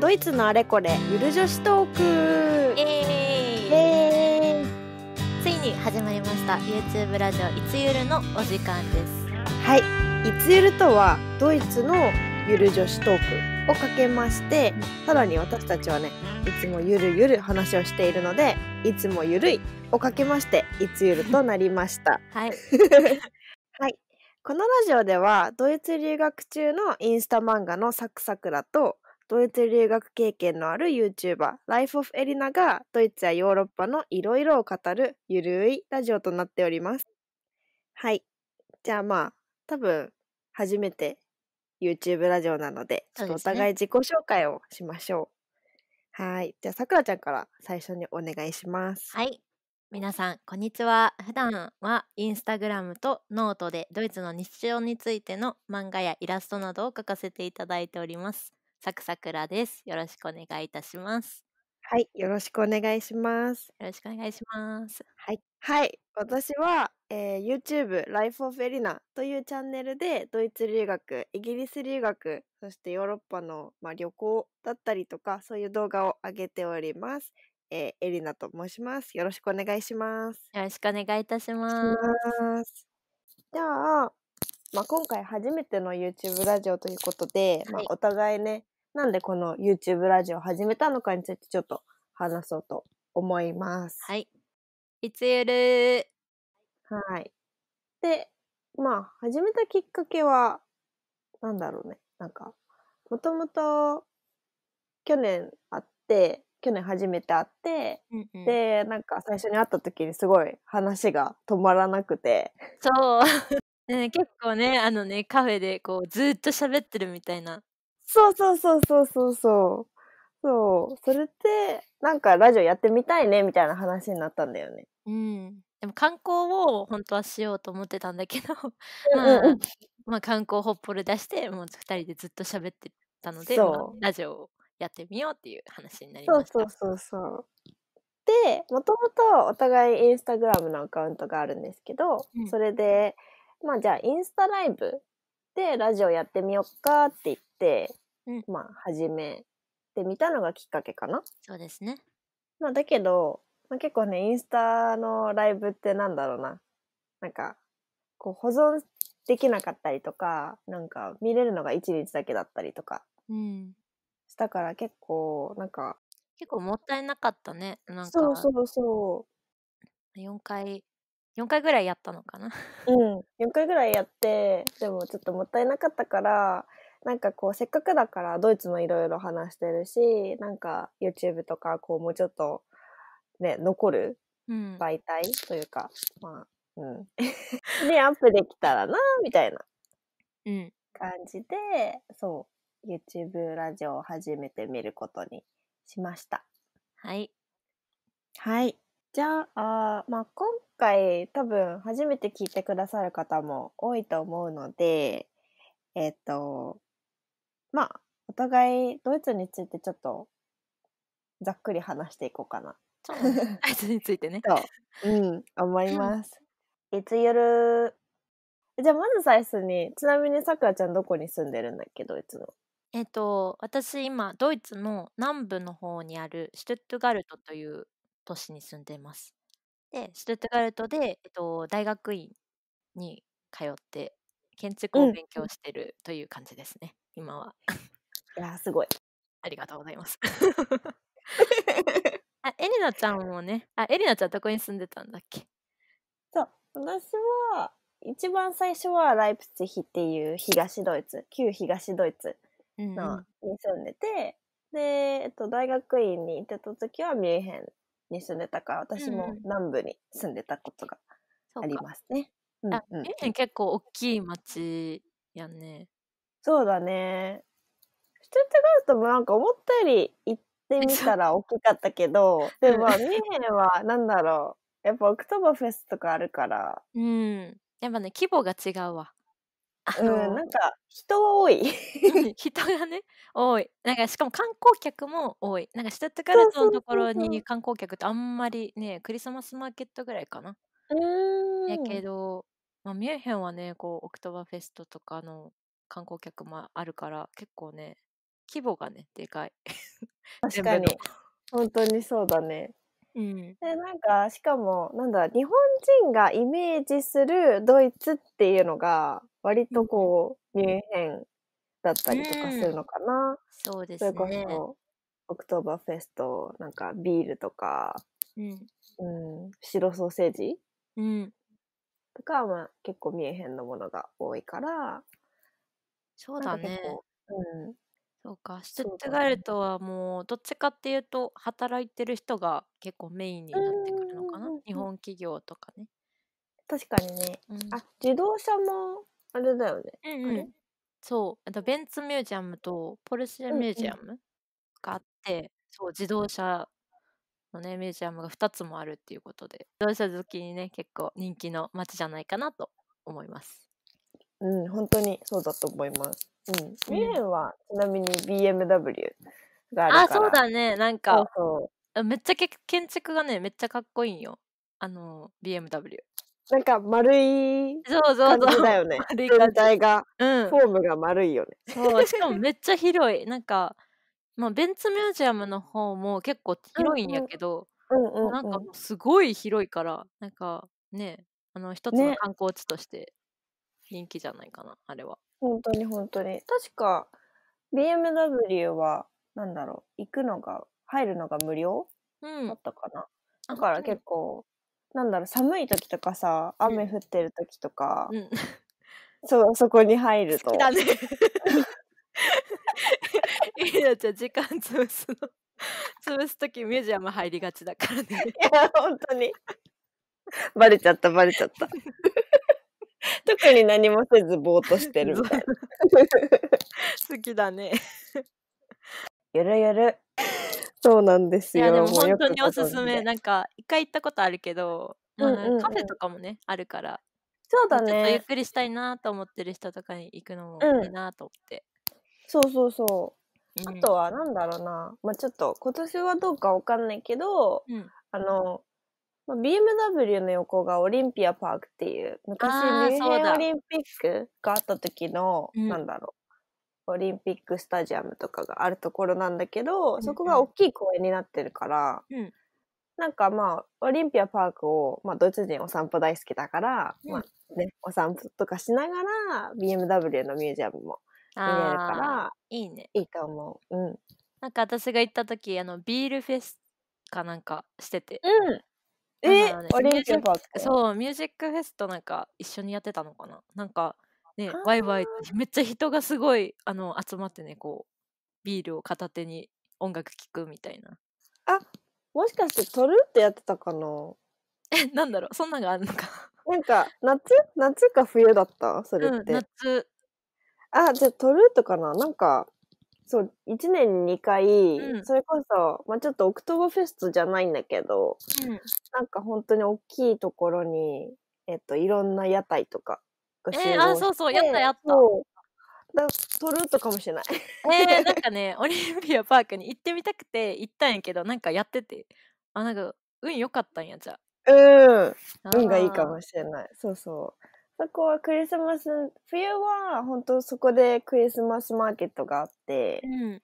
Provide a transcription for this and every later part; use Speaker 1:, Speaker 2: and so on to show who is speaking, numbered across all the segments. Speaker 1: ドイツのあれこれゆる女子トーク
Speaker 2: イエーイ
Speaker 1: え
Speaker 2: ついに始まりました YouTube ラジオいつゆるのお時間です
Speaker 1: はい「いつゆる」とはドイツのゆる女子トークをかけましてさらに私たちはねいつもゆるゆる話をしているので「いつもゆるい」をかけまして「いつゆる」となりました
Speaker 2: はい
Speaker 1: このラジオではドイツ留学中のインスタ漫画のサクサクラとドイツ留学経験のある YouTuber ライフ・オフ・エリナがドイツやヨーロッパのいろいろを語るゆるいラジオとなっております。はい。じゃあまあ多分初めて YouTube ラジオなのでちょっとお
Speaker 2: そうですね
Speaker 1: 互い自己紹介をしましょう。はい。じゃあさくらちゃんから最初にお願いします。
Speaker 2: はい皆さんこんにちは普段はインスタグラムとノートでドイツの日常についての漫画やイラストなどを書かせていただいておりますサクサクラですよろしくお願いいたします
Speaker 1: はい。よろしくお願いします。
Speaker 2: よろしくお願いします
Speaker 1: はい、はい、私は、えー YouTube Life of Elina というチャンネルでドイツ留学、イギリス留学、そしてヨーロッパの、まあ、旅行だったりとかそういう動画を上げております。えーエリナと申します。よろしくお願いします。
Speaker 2: よろしくお願いいたし
Speaker 1: し
Speaker 2: ます
Speaker 1: ますじゃあ、まあ、今回初めての YouTube ラジオということで、まあ
Speaker 2: はい、
Speaker 1: お互いねなんでこの YouTube ラジオを始めたのかについてちょっと話そうと思います。
Speaker 2: はいいつゆる
Speaker 1: はい。で、まあ、始めたきっかけは、なんだろうね。なんか、もともと、去年会って、去年初めて会って、
Speaker 2: うんうん
Speaker 1: で、なんか最初に会った時にすごい話が止まらなくて、
Speaker 2: そう。 ね、結構ね、あのね、カフェでこう、ずーっと喋ってるみたいな。
Speaker 1: そうそうそうそうそうそう。そう。それで、なんかラジオやってみたいね、みたいな話になったんだよね。
Speaker 2: うん。でも観光を本当はしようと思ってたんだけど、
Speaker 1: うんうん
Speaker 2: ま
Speaker 1: う
Speaker 2: あ、まあ観光ほっぽり出して、もう二人でずっと喋ってたので、まあ
Speaker 1: そう
Speaker 2: ラジオをやってみようっていう話になり
Speaker 1: そ
Speaker 2: ま
Speaker 1: う
Speaker 2: した。
Speaker 1: そうそうそう。でもともとお互いインスタグラムのアカウントがあるんですけど、
Speaker 2: うん
Speaker 1: それでまあじゃあインスタライブでラジオやってみよっかって言って、
Speaker 2: うん
Speaker 1: まあ始めてみたのがきっかけかな。
Speaker 2: そうですね。
Speaker 1: まあ、だけど、まあ、結構ねインスタのライブってなんだろうななんかこう保存できなかったりとかなんか見れるのが1日だけだったりとか
Speaker 2: うん。
Speaker 1: したから結構なんか
Speaker 2: 結構もったいなかったね。なんか、
Speaker 1: そうそうそう
Speaker 2: 4回、4回ぐらいやったのかな。
Speaker 1: うん、4回ぐらいやってでもちょっともったいなかったからなんかこうせっかくだからドイツもいろいろ話してるしなんか YouTube とかこうもうちょっとね残る
Speaker 2: うん。
Speaker 1: 媒体というかまあ うんでアップできたらなみたいな
Speaker 2: うん。
Speaker 1: 感じでそう YouTube ラジオを始めてみることにしました
Speaker 2: はい。
Speaker 1: はいじゃああーまあ今回多分初めて聞いてくださる方も多いと思うのでえっ、とまあお互いドイツについてちょっとざっくり話していこうかな
Speaker 2: そう だね。あいつについてね。
Speaker 1: と、うん、思います。いつゆるじゃあまず最初にちなみにさくらちゃんどこに住んでるんだっけドイツの。
Speaker 2: えっと、私今、ドイツの南部の方にあるシュトゥットガルトという都市に住んでいます。で、シュトゥットガルトで、えっと、大学院に通って、建築
Speaker 1: う
Speaker 2: を
Speaker 1: ん
Speaker 2: 勉強してるという感じですね、今は。
Speaker 1: いやーすごい。
Speaker 2: ありがとうござ います。あ、エリナちゃんもね、あ、エリナちゃんどこに住んでたんだっけ
Speaker 1: そう私は一番最初はライプツィヒっていう東ドイツ旧東ドイツ
Speaker 2: うんうん、
Speaker 1: のに住んでて、で、えっと、大学院に行ってた時はミュンヘンに住んでたから私
Speaker 2: うんう
Speaker 1: も
Speaker 2: ん
Speaker 1: 南部に住んでたことが
Speaker 2: そう
Speaker 1: あり
Speaker 2: か。
Speaker 1: ますね。うん
Speaker 2: あ、
Speaker 1: う
Speaker 2: ミ
Speaker 1: ん
Speaker 2: ュン、ヘン結構大きい町やんね。
Speaker 1: そうだね。シュトゥットガルトもなんか思ったより行ってみた ら大きかったけど、でもまあミュンヘンはなんだろう。やっぱオクトーバーフェスとかあるから、
Speaker 2: うん。やっぱね、規模が違うわ。あ
Speaker 1: うん、
Speaker 2: の
Speaker 1: なんか人は多 い。
Speaker 2: うん人がね多いなんかしかも観光客も多いなんかシュタットガルトのところ
Speaker 1: そうそうそうそ
Speaker 2: に観光客ってあんまりねクリスマスマーケットぐらいかな、
Speaker 1: う
Speaker 2: やけど、まあ、ミュンヘンはねこうオクトーバーフェストとかの観光客もあるから結構ね規模がね、でかい。
Speaker 1: 確
Speaker 2: 全
Speaker 1: か
Speaker 2: 部
Speaker 1: に
Speaker 2: の。
Speaker 1: 本当にそうだね。
Speaker 2: うん。
Speaker 1: でなんかしかもなんだ日本人がイメージするドイツっていうのが割とこうミュンヘンだったりとかするのかな。
Speaker 2: そうで
Speaker 1: それ
Speaker 2: す
Speaker 1: こ
Speaker 2: ね。
Speaker 1: そオクトーバーフェストなんかビールとか、
Speaker 2: うん。
Speaker 1: うん、白ソーセージ
Speaker 2: うん。
Speaker 1: とかは、まあ、結構ミュンヘンのものが多いから
Speaker 2: そうだ
Speaker 1: なん
Speaker 2: ね
Speaker 1: か。結構、うん、
Speaker 2: そうか。シュ
Speaker 1: そうだね
Speaker 2: トゥットガルトはもう、どっちかっていうと、働いてる人が結構メインになってくるのか
Speaker 1: うんう
Speaker 2: な
Speaker 1: んうんうん。
Speaker 2: 日本企業とかね。
Speaker 1: 確かにね
Speaker 2: うん。
Speaker 1: あ自動車もあれだよね
Speaker 2: うん
Speaker 1: あ
Speaker 2: う
Speaker 1: れ
Speaker 2: ん、そうあとベンツミュージアムとポルシェ
Speaker 1: うん
Speaker 2: ミュージアムがあって、そう自動車のねミュージアムが2つもあるっていうことで自動車好きにね結構人気の街じゃないかなと思います
Speaker 1: うん本当にそうだと思います、うん、
Speaker 2: うん
Speaker 1: ミュンヘンはちなみに BMW があ
Speaker 2: あ
Speaker 1: るから
Speaker 2: そうだねなん
Speaker 1: そう
Speaker 2: か
Speaker 1: そ
Speaker 2: あめっちゃけ建築がねめっちゃかっこいいんよあの BMW
Speaker 1: うなんか丸い
Speaker 2: そうそうそう
Speaker 1: 感 じだよね
Speaker 2: 丸い感
Speaker 1: 全
Speaker 2: じ
Speaker 1: 体が
Speaker 2: うん
Speaker 1: フォームが丸いよね、
Speaker 2: そうしかもめっちゃ広いなんか、まあ、ベンツミュージアムの方も結構広いんやけ
Speaker 1: う
Speaker 2: ど、
Speaker 1: んうん
Speaker 2: なんか
Speaker 1: うん
Speaker 2: もうすごい広いから、なんかね、あの一つの
Speaker 1: ね
Speaker 2: 観光地として人気じゃないかな、あれは。
Speaker 1: 本当に本当に確か BMW はなんだろう行くのが入るのが無料
Speaker 2: うん。
Speaker 1: だったかな、
Speaker 2: あ
Speaker 1: だから結構なんだろう寒い時とかさ
Speaker 2: うん
Speaker 1: 雨降ってる時とか、
Speaker 2: うん、
Speaker 1: そうそこに入ると
Speaker 2: 好きだね。 いや、じゃあ時間潰すの。 潰すときミュージアム入りがちだからね。
Speaker 1: いや本当にバレちゃったバレちゃった 特に何もせずぼーっとしてるみたいな
Speaker 2: 好きだね。
Speaker 1: ゆるゆるそうなんです
Speaker 2: い
Speaker 1: よ
Speaker 2: や、でも
Speaker 1: うよ
Speaker 2: 本
Speaker 1: く
Speaker 2: 当におす
Speaker 1: ご存知
Speaker 2: す
Speaker 1: で
Speaker 2: め。なんか、一回行ったことあるけど、
Speaker 1: うんうん
Speaker 2: まあなんかカフェ
Speaker 1: うん
Speaker 2: とかもね、あるから、
Speaker 1: そうだ
Speaker 2: ちょっとゆっ
Speaker 1: ね
Speaker 2: くりしたいなと思ってる人とかに行くの
Speaker 1: うん
Speaker 2: もいいなと思って。
Speaker 1: そうそうそう
Speaker 2: うん
Speaker 1: あとはなんだろうな、まあ、ちょっと今年はどうかわかんないけど、
Speaker 2: うん
Speaker 1: あの、まあ、BMW の横がオリンピアパークっていう昔
Speaker 2: あー
Speaker 1: ミュン
Speaker 2: そ
Speaker 1: ヘ
Speaker 2: う
Speaker 1: ン
Speaker 2: だ
Speaker 1: オリンピックがあった時の、
Speaker 2: うん
Speaker 1: なんだろうオリンピックスタジアムとかがあるところなんだけ
Speaker 2: ん
Speaker 1: どそこが大きい公園になってるから、
Speaker 2: うん
Speaker 1: なんかまあオリンピアパークを、まあ、ドイツ人お散歩大好きだから、
Speaker 2: うん
Speaker 1: まあね、お散歩とかしながら BMW のミュージアムも見れるか
Speaker 2: あー
Speaker 1: ら
Speaker 2: いいね。
Speaker 1: いいと思う。うん
Speaker 2: なんか私が行った時あのビールフェスかなんかしてて、
Speaker 1: うん。
Speaker 2: なん
Speaker 1: え
Speaker 2: だろうね、
Speaker 1: オリンピックパーク。う。
Speaker 2: そうミュージックフェスとなんか一緒にやってたのかななんかね
Speaker 1: あー
Speaker 2: ワイワイめっちゃ人がすごいあの集まってねこうビールを片手に音楽聴くみたいな
Speaker 1: もしかしてトルってやってたかな
Speaker 2: えなんだろうそんなんがあるのか
Speaker 1: なんか、夏夏か冬だった それ
Speaker 2: う
Speaker 1: っ
Speaker 2: ん
Speaker 1: て。
Speaker 2: 夏
Speaker 1: あ、じゃあトルートかななんか、そう、1年に2回、
Speaker 2: うん
Speaker 1: それこそ、まあちょっとオクトーバーフェストじゃないんだけど、
Speaker 2: うん
Speaker 1: なんか本当に大きいところに、えっと、いろんな屋台とかが
Speaker 2: えーあそうそうやったやった
Speaker 1: そうだトルートかもしれない。
Speaker 2: えー、なんかね、 オリンピアパークに行ってみたくて行ったんやけど、なんかやってて、あ、なんか、運良かったんや、じゃ
Speaker 1: うん。
Speaker 2: あ。
Speaker 1: 運がいいか
Speaker 2: あ
Speaker 1: もしれない。そうそう。そこはクリスマス、冬は本当そこでクリスマスマーケットがあって
Speaker 2: ー。、うん。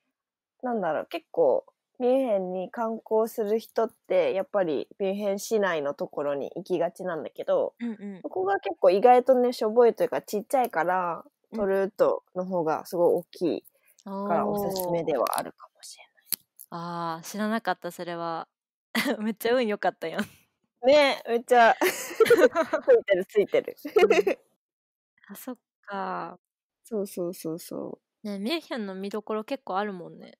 Speaker 1: なんだろう、結構ミュンヘンに観光する人って、やっぱりミュンヘン市内のところに行きがちなんだけど、
Speaker 2: うんうん。
Speaker 1: ここが結構意外とね、しょぼいというかちっちゃいから、
Speaker 2: うん
Speaker 1: トルートの方がすごい大きい
Speaker 2: か
Speaker 1: からおすすめではあるかもし
Speaker 2: ああ、知らなかった、それは。 めっちゃ運良かった やん。
Speaker 1: れない。ねえ、めっち ゃ、ついてるついてる。
Speaker 2: あ、そっか。
Speaker 1: そうそうそうそう。
Speaker 2: ね、ミュンヘンの見どころ結構あるもんね。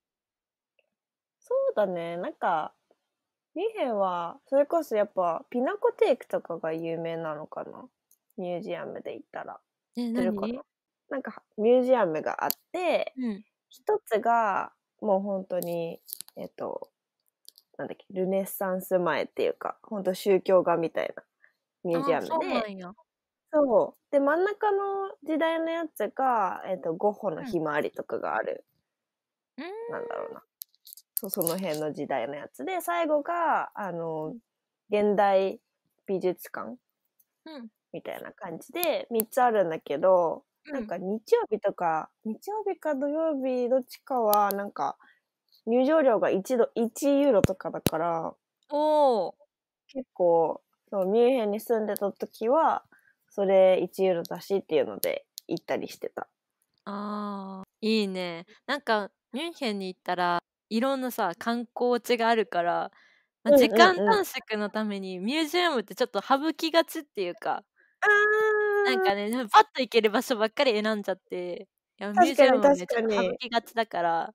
Speaker 1: そうだね。なんか、ミュンヘンは、それこそやっぱ、ピナコテークとかが有名なのかなミュージアムで行ったら。知って
Speaker 2: ね、何
Speaker 1: るかななんか、ミュージアムがあって、
Speaker 2: うん。
Speaker 1: 一つが、もう本当に、えっと、なんだっけ、ルネッサンス前っていうか、本当宗教画みたいなミュージアム
Speaker 2: あーそうな
Speaker 1: で、
Speaker 2: んや。
Speaker 1: そう。で、真ん中の時代のやつが、えっと、ゴッホのひまわりとかがある
Speaker 2: うん。
Speaker 1: なんだろうな。そうその辺の時代のやつで、最後が、あの、現代美術館
Speaker 2: うん。
Speaker 1: みたいな感じで、3つあるんだけど、なんか日曜日とか、日曜日か土曜日どっちかは、なんか、入場料が1ド、1ユーロとかだから、
Speaker 2: おお
Speaker 1: 結構、そう、ミュンヘンに住んでた時は、それ1ユーロだしっていうので行ったりしてた。
Speaker 2: あーいいねなんかミュンヘンに行ったらいろんなさ観光地があるから、まあ
Speaker 1: うんうんうん
Speaker 2: 時間短縮のためにミュージアムってちょっと省きがちっていうか
Speaker 1: あ
Speaker 2: なんかねパッと行ける場所ばっかり選んじゃっていや
Speaker 1: かに
Speaker 2: ミュージアムはねちょっ
Speaker 1: 確
Speaker 2: と
Speaker 1: かに
Speaker 2: 省きがちだから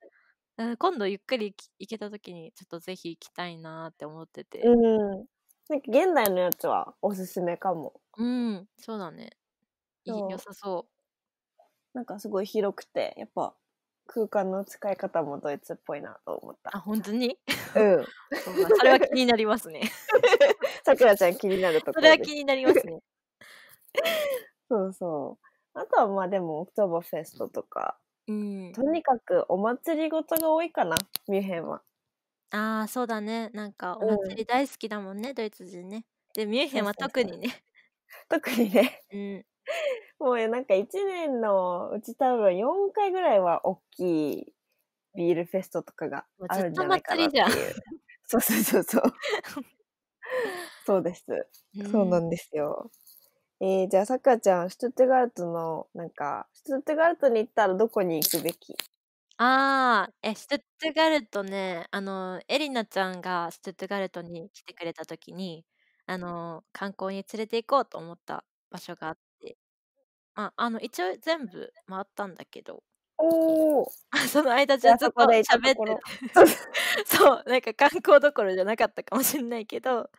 Speaker 2: うん今度ゆっくりき行けた時にちょっとぜひ行きたいなーって思ってて
Speaker 1: うん。なんか現代のやつはおすすめかも。
Speaker 2: うん、そうだねいい
Speaker 1: そう
Speaker 2: 良さそ
Speaker 1: なんかすごい広くて、やっぱ空間の使い方もドイツっぽいなと思っ
Speaker 2: うあ
Speaker 1: た。
Speaker 2: 本当 に
Speaker 1: うん。
Speaker 2: そうだそれは気になりますね
Speaker 1: さくらちゃん気になるとこ
Speaker 2: そ
Speaker 1: ろ
Speaker 2: れは
Speaker 1: です
Speaker 2: 気になりま すね
Speaker 1: そうそう。あとはまあでもオクトーバーフェストとか、
Speaker 2: うん
Speaker 1: とにかくお祭りごとが多いかな、ミュンヘンは。
Speaker 2: ああそうだねなんかお
Speaker 1: うん
Speaker 2: 祭り大好きだもんね、ドイツ人ねでミュンヘンは
Speaker 1: そう
Speaker 2: 特にね
Speaker 1: 特にね、
Speaker 2: うん
Speaker 1: もうなんか1年のうち多分4回ぐらいは大きいビールフェストとかがあるんじゃないかなっていう
Speaker 2: もう。
Speaker 1: そうそうそうそう。そうです。そうなんですよ。えー、じゃあさくらちゃん、シュトゥットガルトの、なんか、シュトゥットガルトに行ったらどこに行くべき
Speaker 2: ああーえシュトゥットガルトねあのエリナちゃんがシュトゥットガルトに来てくれた時にあの観光に連れて行こうと思った場所があってまああの一応全部回ったんだけど
Speaker 1: おー
Speaker 2: あその間
Speaker 1: じ
Speaker 2: 中
Speaker 1: ゃあ
Speaker 2: ずっ
Speaker 1: そ
Speaker 2: と
Speaker 1: こ
Speaker 2: 喋
Speaker 1: で行
Speaker 2: っ
Speaker 1: ったと
Speaker 2: て
Speaker 1: ころ。
Speaker 2: そう、なんか観光どころじゃなかったかもしれないけど、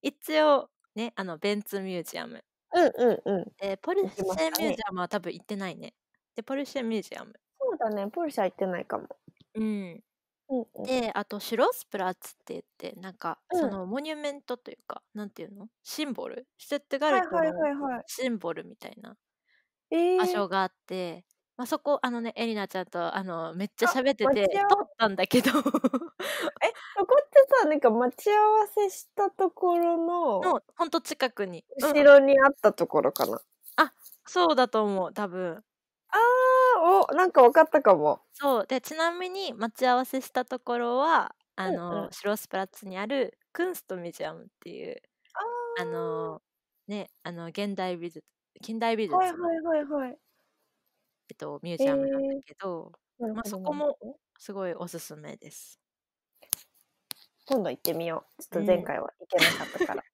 Speaker 2: 一応、ね、あの、ベンツミュージアム。
Speaker 1: うんうんうん。
Speaker 2: で、ポルシ
Speaker 1: 行きまし
Speaker 2: ェ
Speaker 1: たね
Speaker 2: ミュージアムは多分行ってないね。で、ポルシェミュージアム。
Speaker 1: そうだね、ポルシェは行ってないかも。
Speaker 2: うん。
Speaker 1: うんうん、
Speaker 2: で、あと、シュロスプラッツって言って、なんか、
Speaker 1: うん
Speaker 2: その、モニュメントというか、なんていうのシンボルシュテットガ
Speaker 1: はい
Speaker 2: ル
Speaker 1: は
Speaker 2: ト
Speaker 1: いは
Speaker 2: の
Speaker 1: いはい。
Speaker 2: シンボルみたいな
Speaker 1: えー、
Speaker 2: 場所があって、まあ、そこ、あのね、エリナちゃんと、あの、めっちゃ
Speaker 1: あ
Speaker 2: 喋って
Speaker 1: 待
Speaker 2: て、通
Speaker 1: ち合わ
Speaker 2: ったんだけど、
Speaker 1: そこってさ、なんか待ち合わせしたところの
Speaker 2: の、ほんと近くに。うん
Speaker 1: 後ろにあったところかな。
Speaker 2: そうだと思う、多分。
Speaker 1: あーお、なんか分かったかも。
Speaker 2: そうでちなみに待ち合わせしたところはあの、
Speaker 1: うんうん
Speaker 2: シュロスプラッツにあるクンストミュージアムっていう
Speaker 1: あ
Speaker 2: あのねあの現代美術近代美
Speaker 1: ー
Speaker 2: 術の、
Speaker 1: はいはいはいはい。
Speaker 2: えっと、ミュージアムなんだけど、
Speaker 1: なる
Speaker 2: ま
Speaker 1: ほど
Speaker 2: あ、そこ
Speaker 1: なる
Speaker 2: も
Speaker 1: ほど
Speaker 2: すごいおすすめ です。
Speaker 1: 今度行ってみよう。ちょっ
Speaker 2: うん
Speaker 1: と前回は行けなかったから。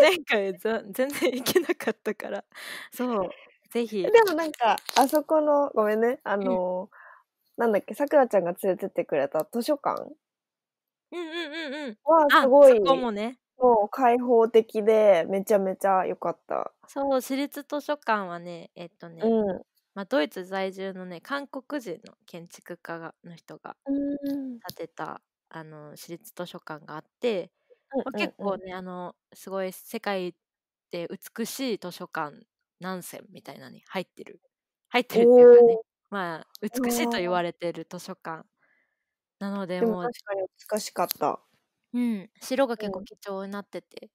Speaker 2: 前 回ざ全然行けなかったからそうぜ ひ
Speaker 1: でもなんか、あそこの、ごめんね、あのーなんだっけ、さくらちゃんが連れてってくれた図書館
Speaker 2: うんうんうんうん
Speaker 1: は
Speaker 2: あ
Speaker 1: すごい、
Speaker 2: そこもね
Speaker 1: もう開放的で、めちゃめちゃ良かった。
Speaker 2: そう私立図書館はねえっとね、
Speaker 1: うん。
Speaker 2: まあ、ドイツ在住のね韓国人の建築家がの人が
Speaker 1: うん。
Speaker 2: 建てたあの私立図書館があって、まあ
Speaker 1: うん
Speaker 2: 結
Speaker 1: うんう
Speaker 2: 構
Speaker 1: ん
Speaker 2: ねあのすごい世界で美しい図書館何選みたいなのに入ってる入ってるっていうかねまあ美しいと言われてる図書館なので
Speaker 1: でも
Speaker 2: もう
Speaker 1: 確、かに難しかった。
Speaker 2: うん、白が結構
Speaker 1: うん
Speaker 2: 貴重になってて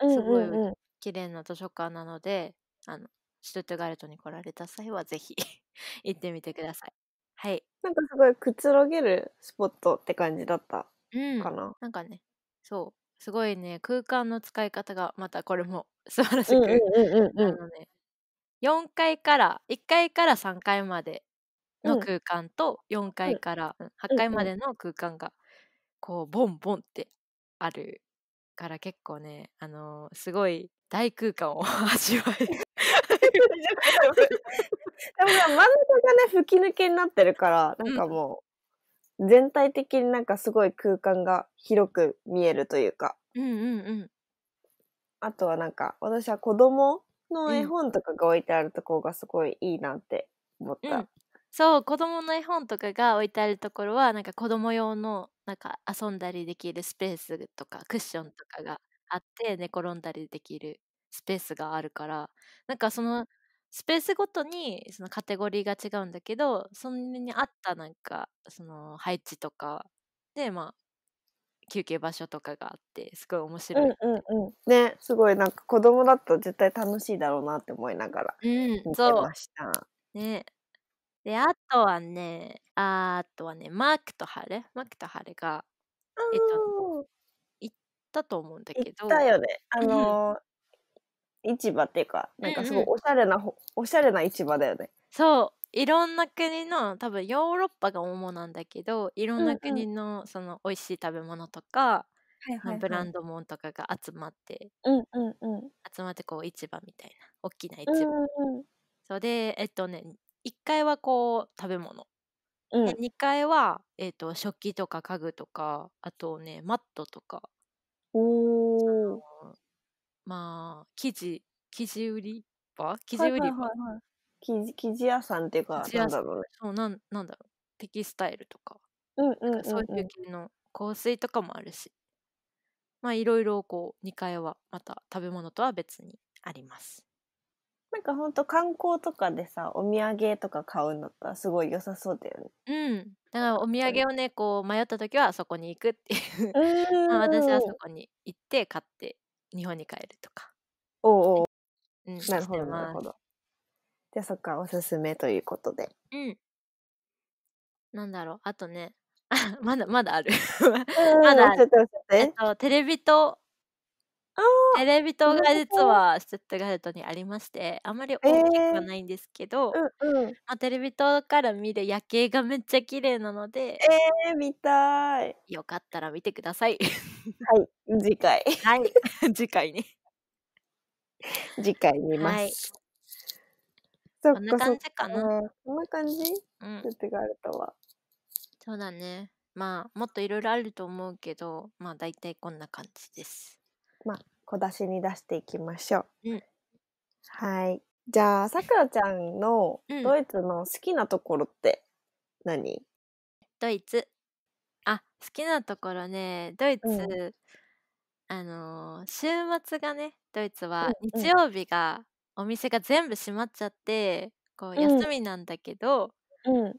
Speaker 1: うん
Speaker 2: すごい
Speaker 1: うんうん、
Speaker 2: 綺麗な図書館なのであのシュトゥットガルトに来られた際はぜひ 行ってみてください。はい、
Speaker 1: なんかすごいくつろげるスポットって感じだった
Speaker 2: うん
Speaker 1: かな。
Speaker 2: なんかね、そう、すごいね、空間の使い方が、またこれも 素晴らし
Speaker 1: う
Speaker 2: く、
Speaker 1: んうんうん うん
Speaker 2: あのね、4階から、1階から3階まで
Speaker 1: う
Speaker 2: の
Speaker 1: ん
Speaker 2: 空間と、4階からうん8階までの空間が、こう、ボンボンってあるから、結構ね、あのーすごい大空間を 味わえる。
Speaker 1: でもさ真ん中がね吹き抜けになってるからなんかもう全体的になんかすごい空間が広く見えるというか
Speaker 2: うんうんうん。
Speaker 1: あとはなんか私は子供
Speaker 2: う
Speaker 1: の
Speaker 2: ん
Speaker 1: 絵本とかが置いてあるところがすごいいいなって思った。
Speaker 2: うんそう子供の絵本とかが置いてあるところはなんか子供用のなんか遊んだりできるスペースとかクッションとかがあって寝転んだりできるスペースがあるからなんかそのスペースごとにそのカテゴリーが違うんだけどそんなに合ったなんかその配置とかでまあ休憩場所とかがあってすごい面白い。
Speaker 1: うんうんうん、ねすごいなんか子供だと絶対楽しいだろうなって思いながら
Speaker 2: うん、
Speaker 1: 見て
Speaker 2: そう
Speaker 1: ました。
Speaker 2: ね。で、あとはね、あとはね、マークとハル、マークとハルが、
Speaker 1: あ
Speaker 2: えっ
Speaker 1: あ。
Speaker 2: と、行ったと思うんだ
Speaker 1: 行
Speaker 2: け
Speaker 1: った
Speaker 2: ど、
Speaker 1: よね。あ
Speaker 2: うんうん、
Speaker 1: の、市場っていうか、
Speaker 2: う
Speaker 1: なんかす
Speaker 2: ん
Speaker 1: ご
Speaker 2: う
Speaker 1: い
Speaker 2: ん、
Speaker 1: おしゃれなほ、おしゃれな市場だよね。
Speaker 2: そう、いろんな国の、多分ヨーロッパが主なんだけど、いろ
Speaker 1: うんん
Speaker 2: な
Speaker 1: うん。
Speaker 2: 国のその美味しい食べ物とか、
Speaker 1: はい
Speaker 2: あ
Speaker 1: は
Speaker 2: の
Speaker 1: い
Speaker 2: ブ
Speaker 1: は
Speaker 2: ラ
Speaker 1: い。
Speaker 2: ンドもんとかが集まって、
Speaker 1: うんうんうん。
Speaker 2: 集まってこう市場みたいな、大きな
Speaker 1: う
Speaker 2: 市場。
Speaker 1: んうん
Speaker 2: それで、えっとね、1階はこう食べ物。
Speaker 1: うん。う
Speaker 2: で、
Speaker 1: ん。
Speaker 2: 2階は、えっと、食器とか家具とか、あとね、マットとか、そ
Speaker 1: おお。
Speaker 2: の、まあ、生地、生地売り場生
Speaker 1: は
Speaker 2: 地
Speaker 1: い
Speaker 2: 売
Speaker 1: はい
Speaker 2: り
Speaker 1: は
Speaker 2: 場
Speaker 1: いはい。生地、生地屋さんっていう
Speaker 2: 生
Speaker 1: か、
Speaker 2: 地
Speaker 1: な
Speaker 2: 屋
Speaker 1: ん
Speaker 2: さ
Speaker 1: だ
Speaker 2: ん、
Speaker 1: ろうね。
Speaker 2: そう、なん、なんだろう、テキスタイルとか、
Speaker 1: うん
Speaker 2: なん
Speaker 1: うん
Speaker 2: かそううんい
Speaker 1: う
Speaker 2: う
Speaker 1: ん。
Speaker 2: 系の香水とかもあるし、まあ、いろいろこう、2階はまた食べ物とは別にあります。
Speaker 1: なんかほんと観光とかでさ、お土産とか買うんだったらすごい良さそうだよね。
Speaker 2: うん。だからお土
Speaker 1: うん。
Speaker 2: 産をね、こう迷った時はあそこに行くっていう
Speaker 1: う
Speaker 2: まあ 私はそ
Speaker 1: ーん。
Speaker 2: こに行って買って日本に帰るとか、
Speaker 1: おうおう。
Speaker 2: うん、し
Speaker 1: なるほ
Speaker 2: て
Speaker 1: どなる
Speaker 2: ま
Speaker 1: ほど。
Speaker 2: す。
Speaker 1: じゃあそっか、おすすめということで。
Speaker 2: うん。なんだろう、あとね、 まだまだある
Speaker 1: う
Speaker 2: ま
Speaker 1: んう
Speaker 2: だ
Speaker 1: ん、
Speaker 2: あ
Speaker 1: 教え
Speaker 2: る。
Speaker 1: て教
Speaker 2: え
Speaker 1: え
Speaker 2: っ
Speaker 1: て。
Speaker 2: と、テレビ塔。
Speaker 1: あ
Speaker 2: テレビ
Speaker 1: あ、
Speaker 2: 塔
Speaker 1: な
Speaker 2: が
Speaker 1: る
Speaker 2: 実
Speaker 1: ほど。
Speaker 2: はシュツットガルトにありまして、あまり
Speaker 1: え
Speaker 2: 大きくは
Speaker 1: え
Speaker 2: ないんですけど、
Speaker 1: うんうん。
Speaker 2: まあ、テレビ塔から見る夜景がめっちゃ綺麗なので、
Speaker 1: ええ見たい。
Speaker 2: よかったら見てください。
Speaker 1: はい、次回。
Speaker 2: はい、 次回に。
Speaker 1: 次回見ま
Speaker 2: はい、
Speaker 1: す。そ
Speaker 2: こ
Speaker 1: っ
Speaker 2: んな
Speaker 1: かそ
Speaker 2: 感
Speaker 1: っ
Speaker 2: じ
Speaker 1: か。
Speaker 2: かな。
Speaker 1: こんな感じ
Speaker 2: うん、
Speaker 1: 出てがあるとは。
Speaker 2: そうだね。まあ、もっといろいろあると思うけど、まあ、大体こんな感じです。
Speaker 1: まあ、小出しに出していきましょう。
Speaker 2: うん、
Speaker 1: はい。じゃあ、さくらちゃんの
Speaker 2: うん、
Speaker 1: ドイツの好きなところって何
Speaker 2: ドイツ。あ、好きなところね、ドイ
Speaker 1: うん、うん、
Speaker 2: ツ、あのー週末がね、ドイツは
Speaker 1: う
Speaker 2: 日
Speaker 1: ん、
Speaker 2: 曜日がお店が全部閉まっちゃって、こう
Speaker 1: うん、
Speaker 2: 休みなんだけど、
Speaker 1: うん、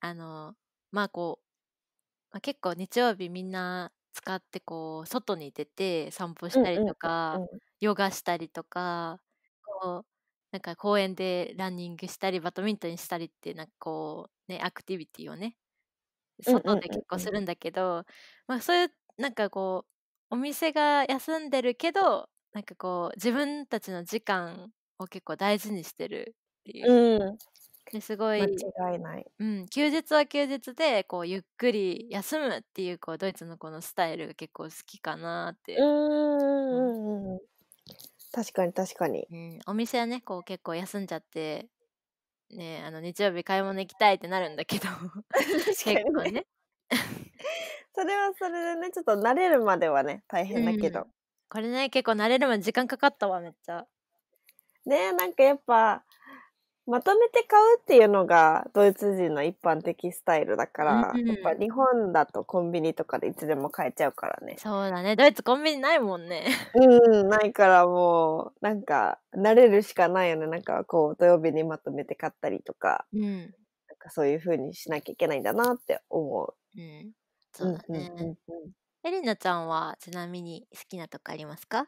Speaker 2: あのーまあこう、まあ、結構日曜日みんな使ってこう外に出て散歩し
Speaker 1: うん、
Speaker 2: たり
Speaker 1: うん、
Speaker 2: とか
Speaker 1: うん。
Speaker 2: ヨガしたりとかこうなんか公園でランニングしたりバドミントンしたりってなんかこうねアクティビティをね
Speaker 1: うん
Speaker 2: 外
Speaker 1: うん
Speaker 2: で
Speaker 1: うん
Speaker 2: 結構
Speaker 1: う
Speaker 2: す
Speaker 1: ん
Speaker 2: るんだけど、まあ、そういうなんかこうお店が休んでるけどなんかこう自分たちの時間を結構大事にしてるっていう
Speaker 1: うん
Speaker 2: ですご
Speaker 1: 間
Speaker 2: い
Speaker 1: 違いない。
Speaker 2: うん、休日は休日でこうゆっくり休むっていうこうドイツのこのスタイルが結構好きかなっ
Speaker 1: う
Speaker 2: て、うん、
Speaker 1: ん、うん、うん。確かに確か に。
Speaker 2: うん、お店はねこう結構休んじゃってねあの日曜日買い物行きたいってなるんだけど
Speaker 1: 確か
Speaker 2: 結
Speaker 1: に
Speaker 2: 構
Speaker 1: ね。
Speaker 2: ね、
Speaker 1: それはそれでね、ちょっと慣れるまではね、大変だ
Speaker 2: う
Speaker 1: け
Speaker 2: ん、
Speaker 1: ど。
Speaker 2: これね結構慣れるまで時間かかったわめっちゃ
Speaker 1: ねえ、なんかやっぱ、まとめて買うっていうのがドイツ人の一般的スタイルだか
Speaker 2: う
Speaker 1: ら、やっぱ
Speaker 2: ん
Speaker 1: 日本だとコンビニとかでいつでも買えちゃうからね。
Speaker 2: そうだねドイツコンビニないもんね
Speaker 1: うん、ないからもう、なんか、慣れるしかないよね。なんかこう、土曜日にまとめて買ったりとか、
Speaker 2: うん、
Speaker 1: なんかそういう風にしなきゃいけないんだなって思う。、
Speaker 2: うん、そううんだ
Speaker 1: うん、う
Speaker 2: ね
Speaker 1: ん、うん。
Speaker 2: エリナちゃんはちなみに好きなとこありますか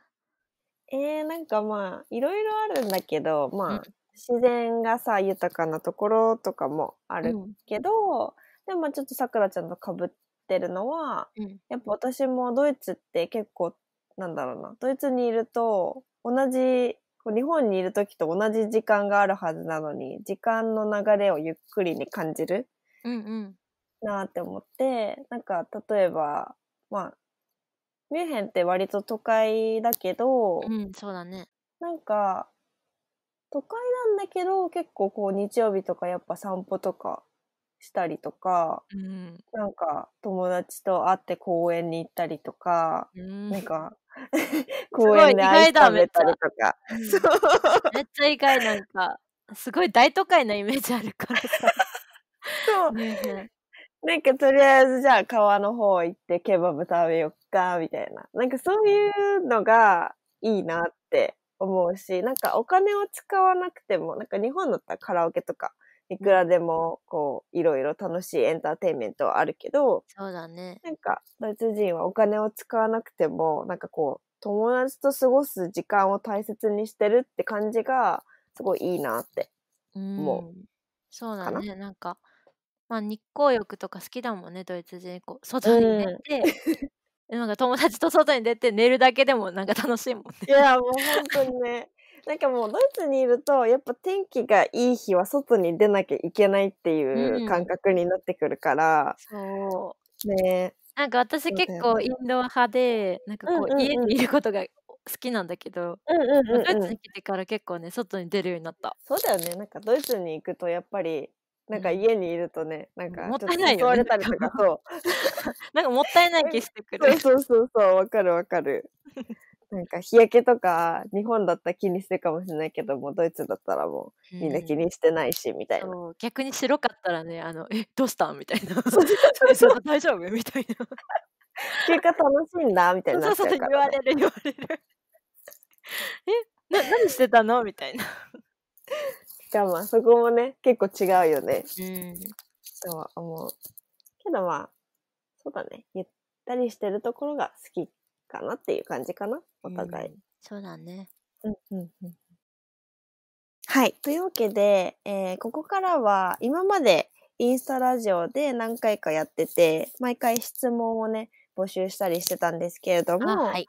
Speaker 1: えー、なんかまあいろいろあるんだけど
Speaker 2: うん
Speaker 1: まあ自然がさ豊かなところとかもあ
Speaker 2: う
Speaker 1: る
Speaker 2: ん
Speaker 1: けどでもちょっとさくらちゃんとかぶってるのは
Speaker 2: うん
Speaker 1: やっぱ私もドイツって結構なんだろうなドイツにいると同じこう日本にいる時と同じ時間があるはずなのに時間の流れをゆっくりに感じる
Speaker 2: うんうん
Speaker 1: なって思ってなんか例えばまあミュンヘンって割と都会だけど
Speaker 2: うん、そうだね。
Speaker 1: なんか都会なんだけど結構こう日曜日とかやっぱ散歩とかしたりとか
Speaker 2: うん。
Speaker 1: なんか友達と会って公園に行ったりとか
Speaker 2: うん。
Speaker 1: なん か
Speaker 2: す
Speaker 1: 公
Speaker 2: ごい、
Speaker 1: 園で
Speaker 2: 意
Speaker 1: アイ
Speaker 2: 外
Speaker 1: ス食
Speaker 2: だ、めっ
Speaker 1: べ
Speaker 2: ち
Speaker 1: たり
Speaker 2: ゃ。
Speaker 1: とか
Speaker 2: う
Speaker 1: そ
Speaker 2: ん。
Speaker 1: う
Speaker 2: めっちゃ意外、なんか、すごい大都会なイメージあるからさ。
Speaker 1: そう
Speaker 2: ミュンヘン。
Speaker 1: なんかとりあえずじゃあ川の方行ってケバブ食べよっかみたいななんかそういうのがいいなって思うしなんかお金を使わなくてもなんか日本だったらカラオケとかいうく
Speaker 2: ん、
Speaker 1: らでもこういろいろ楽しいエンターテインメントはあるけど
Speaker 2: そうだね。
Speaker 1: なんかドイツ人はお金を使わなくてもなんかこう友達と過ごす時間を大切にしてるって感じがすごいいいなって
Speaker 2: う
Speaker 1: 思
Speaker 2: ん。
Speaker 1: う。
Speaker 2: そうだ
Speaker 1: かな。
Speaker 2: ね、なんか、まあ、日光浴とか好きだもんね、ドイツ人。こう、外に
Speaker 1: う
Speaker 2: 出
Speaker 1: ん。
Speaker 2: て、なんか友達と外に出て寝るだけでもなんか楽しいもん
Speaker 1: い
Speaker 2: ね。
Speaker 1: や、もうほんとにね。 なんかもうドイツにいると、やっぱ天気がいい日は外に出なきゃいけないって
Speaker 2: う
Speaker 1: いう感
Speaker 2: ん。
Speaker 1: 覚になってくるから、
Speaker 2: そう。
Speaker 1: ね。
Speaker 2: なんか私
Speaker 1: そう
Speaker 2: 結
Speaker 1: だよ
Speaker 2: 構イ
Speaker 1: ね。
Speaker 2: ンドア派で、なんか
Speaker 1: うん
Speaker 2: こう家
Speaker 1: うんうん。
Speaker 2: にいることが好きなんだけど、
Speaker 1: うん
Speaker 2: まあ、
Speaker 1: うん
Speaker 2: ドイ
Speaker 1: うんう
Speaker 2: ツ
Speaker 1: ん。
Speaker 2: に来てから結構ね、外に出るようになった。
Speaker 1: そうだよね、なんかドイツに行くとやっぱり、な
Speaker 2: うん
Speaker 1: か
Speaker 2: ん。
Speaker 1: 家にいるとね、なん
Speaker 2: うん
Speaker 1: か
Speaker 2: もっ
Speaker 1: ちょった
Speaker 2: い
Speaker 1: と
Speaker 2: ない
Speaker 1: 誘
Speaker 2: よ
Speaker 1: わ
Speaker 2: ね、
Speaker 1: れ
Speaker 2: なん
Speaker 1: たり
Speaker 2: か
Speaker 1: とか、
Speaker 2: も う。
Speaker 1: そう。
Speaker 2: なんかもったいない気してくる。
Speaker 1: うん、そうそうそうそう、わかるわか る。なんか日焼けとか、日本だったら気にしてるかもしれないけども、ドイツだったらも
Speaker 2: う。
Speaker 1: うみんなん気にしてないし、みたいな。
Speaker 2: そう、逆に白かったらね、あの、え、どうしたんみたいな。
Speaker 1: そうそう
Speaker 2: え、
Speaker 1: そうそ
Speaker 2: なん
Speaker 1: う。
Speaker 2: か大丈夫みたいな。
Speaker 1: 休暇楽しいんだ、みたい
Speaker 2: そ
Speaker 1: に
Speaker 2: う
Speaker 1: な
Speaker 2: そう
Speaker 1: っちゃ
Speaker 2: そうそうう、
Speaker 1: か
Speaker 2: 言
Speaker 1: ら
Speaker 2: わ
Speaker 1: ね。
Speaker 2: れる言われる。 え、な、何してたのみたいな。
Speaker 1: が、まあ、そこもね、結構違うよね。
Speaker 2: うん。
Speaker 1: とは思う。けどまあ、そうだね。ゆったりしてるところが好きかなっていう感じかな、お
Speaker 2: う
Speaker 1: 互い。
Speaker 2: ん。そうだ ね。
Speaker 1: うんうんうん。はい。というわけで、えー、ここからは今までインスタラジオで何回かやってて、毎回質問をね、募集したりしてたんですけれど
Speaker 2: あ、は
Speaker 1: も、
Speaker 2: い。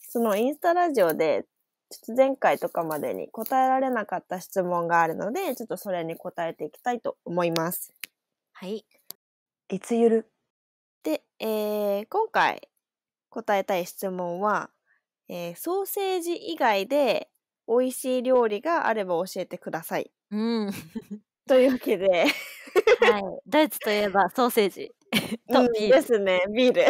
Speaker 1: そのインスタラジオで、ちょっと前回とかまでに答えられなかった質問があるので、ちょっとそれに答えていきたいと思います。
Speaker 2: はい。
Speaker 1: いつゆるで、えー、今回答えたい質問は、えー、ソーセージ以外で美味しい料理があれば教えてくだ さい。
Speaker 2: うん。
Speaker 1: というわけで、
Speaker 2: はい。ドイツといえばソーセージと
Speaker 1: うん
Speaker 2: ビー
Speaker 1: で
Speaker 2: ル。
Speaker 1: すね、ビー ル。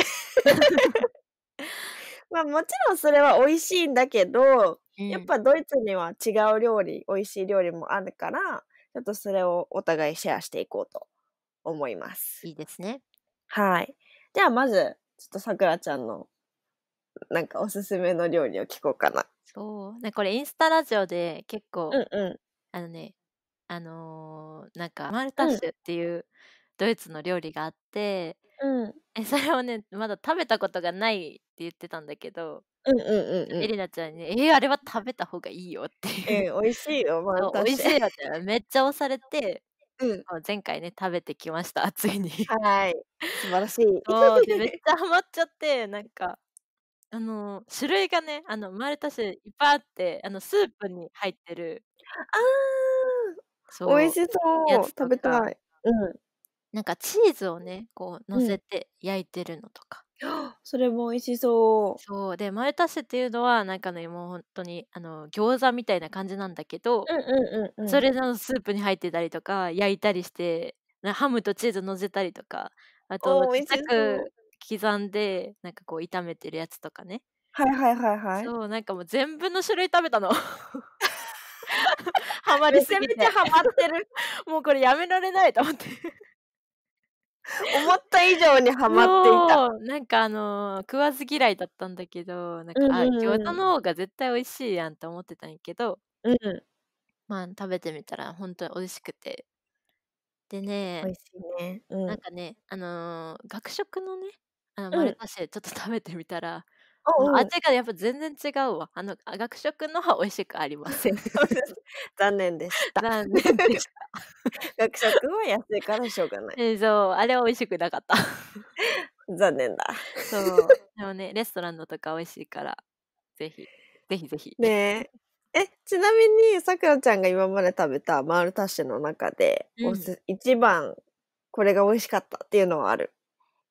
Speaker 1: まあもちろんそれは美味しいんだけど、
Speaker 2: う
Speaker 1: やっ
Speaker 2: ん。
Speaker 1: ぱドイツには違う料理、美味しい料理もあるから、ちょっとそれをお互いシェアしていこうと思います。
Speaker 2: いいですね。
Speaker 1: はい。ではまず、ちょっとさくらちゃんのなんかおすすめの料理を聞こうかな。
Speaker 2: そう。ね、これインスタラジオで結
Speaker 1: う
Speaker 2: 構、
Speaker 1: んうん。
Speaker 2: あのね、あのーなんか、マルタッ
Speaker 1: うん。
Speaker 2: シュっていうドイツの料理があって、
Speaker 1: うん。
Speaker 2: え、それをね、まだ食べたことがないって言ってたんだけど、
Speaker 1: うんうんうん
Speaker 2: エ
Speaker 1: う
Speaker 2: リナちゃんに、えーあれは食べた方がいいよっていう。
Speaker 1: ん。うん、美味しいよ、マル
Speaker 2: そ
Speaker 1: タ
Speaker 2: う、
Speaker 1: ッ
Speaker 2: 美味
Speaker 1: シ
Speaker 2: し
Speaker 1: ュ。
Speaker 2: いよってめっちゃ押されて、
Speaker 1: うん。
Speaker 2: あ前回ね、食べてきました、ついに。
Speaker 1: はい。素晴らしい。
Speaker 2: そう、で、めっちゃハマっちゃって、なんか、あのー、種類がね、あの、マルタッシュいっぱいあって、あの、スープに入ってる、
Speaker 1: あー、美味
Speaker 2: そ
Speaker 1: し
Speaker 2: う、や
Speaker 1: そう。
Speaker 2: つ
Speaker 1: 食
Speaker 2: と
Speaker 1: べ
Speaker 2: か、
Speaker 1: たい。うん。
Speaker 2: なんかチーズをね、こう、
Speaker 1: う
Speaker 2: 乗
Speaker 1: ん。
Speaker 2: せて焼いてるのとか。
Speaker 1: それも美味しそう。
Speaker 2: そう。で、マルタッシュっていうのは、なんかね、もう本当に、あの、餃子みたいな感じなんだけど、
Speaker 1: うんうんうんう
Speaker 2: そ
Speaker 1: ん。
Speaker 2: れのスープに入ってたりとか、焼いたりして、なハムとチーズ乗せたりとか、あと、
Speaker 1: おー、
Speaker 2: 小
Speaker 1: 美味
Speaker 2: さ
Speaker 1: しそ
Speaker 2: く
Speaker 1: う。
Speaker 2: 刻んで、なんかこう、炒めてるやつとかね。
Speaker 1: はいはいはいはい。
Speaker 2: そう、なんかもう全部の種類食べたの。 ハマり
Speaker 1: め
Speaker 2: す
Speaker 1: ちゃ
Speaker 2: ぎ
Speaker 1: めちゃ
Speaker 2: て。
Speaker 1: ハマってる。
Speaker 2: もうこれやめられないと思って。
Speaker 1: 思った以上にハマっていた。
Speaker 2: そう、なんかあのー食わず嫌いだったんだけど、なん
Speaker 1: う
Speaker 2: か、
Speaker 1: ん
Speaker 2: あ、餃
Speaker 1: う
Speaker 2: 子
Speaker 1: ん
Speaker 2: の方が絶対美味しいやんって思ってたんやけど、
Speaker 1: うん。うん。
Speaker 2: まあ食べてみたら本当に美味しくて。で
Speaker 1: 美
Speaker 2: ね、
Speaker 1: 味しいね。う
Speaker 2: なん
Speaker 1: ん。
Speaker 2: かね、あのー学食のね、あの
Speaker 1: う
Speaker 2: マル
Speaker 1: ん。
Speaker 2: タシェちょっと食べてみたら、も
Speaker 1: お
Speaker 2: う
Speaker 1: うん。
Speaker 2: 味がやっぱ全然違うわ。あの、あ学食のは美味しくありませ ん。
Speaker 1: そうです。残念でした。
Speaker 2: 残念でした。
Speaker 1: 学食は安いからしょうがない。
Speaker 2: えそう、あれは美味しくなかった。
Speaker 1: 残念だ。
Speaker 2: そう。でもね、レストランのとか美味しいから、ぜひ、ぜひぜひ。
Speaker 1: ねえ。え、ちなみに、さくらちゃんが今まで食べたマールタッシュの中で、
Speaker 2: う
Speaker 1: お
Speaker 2: ん。
Speaker 1: す、一番、これが美味しかったっていうのはある。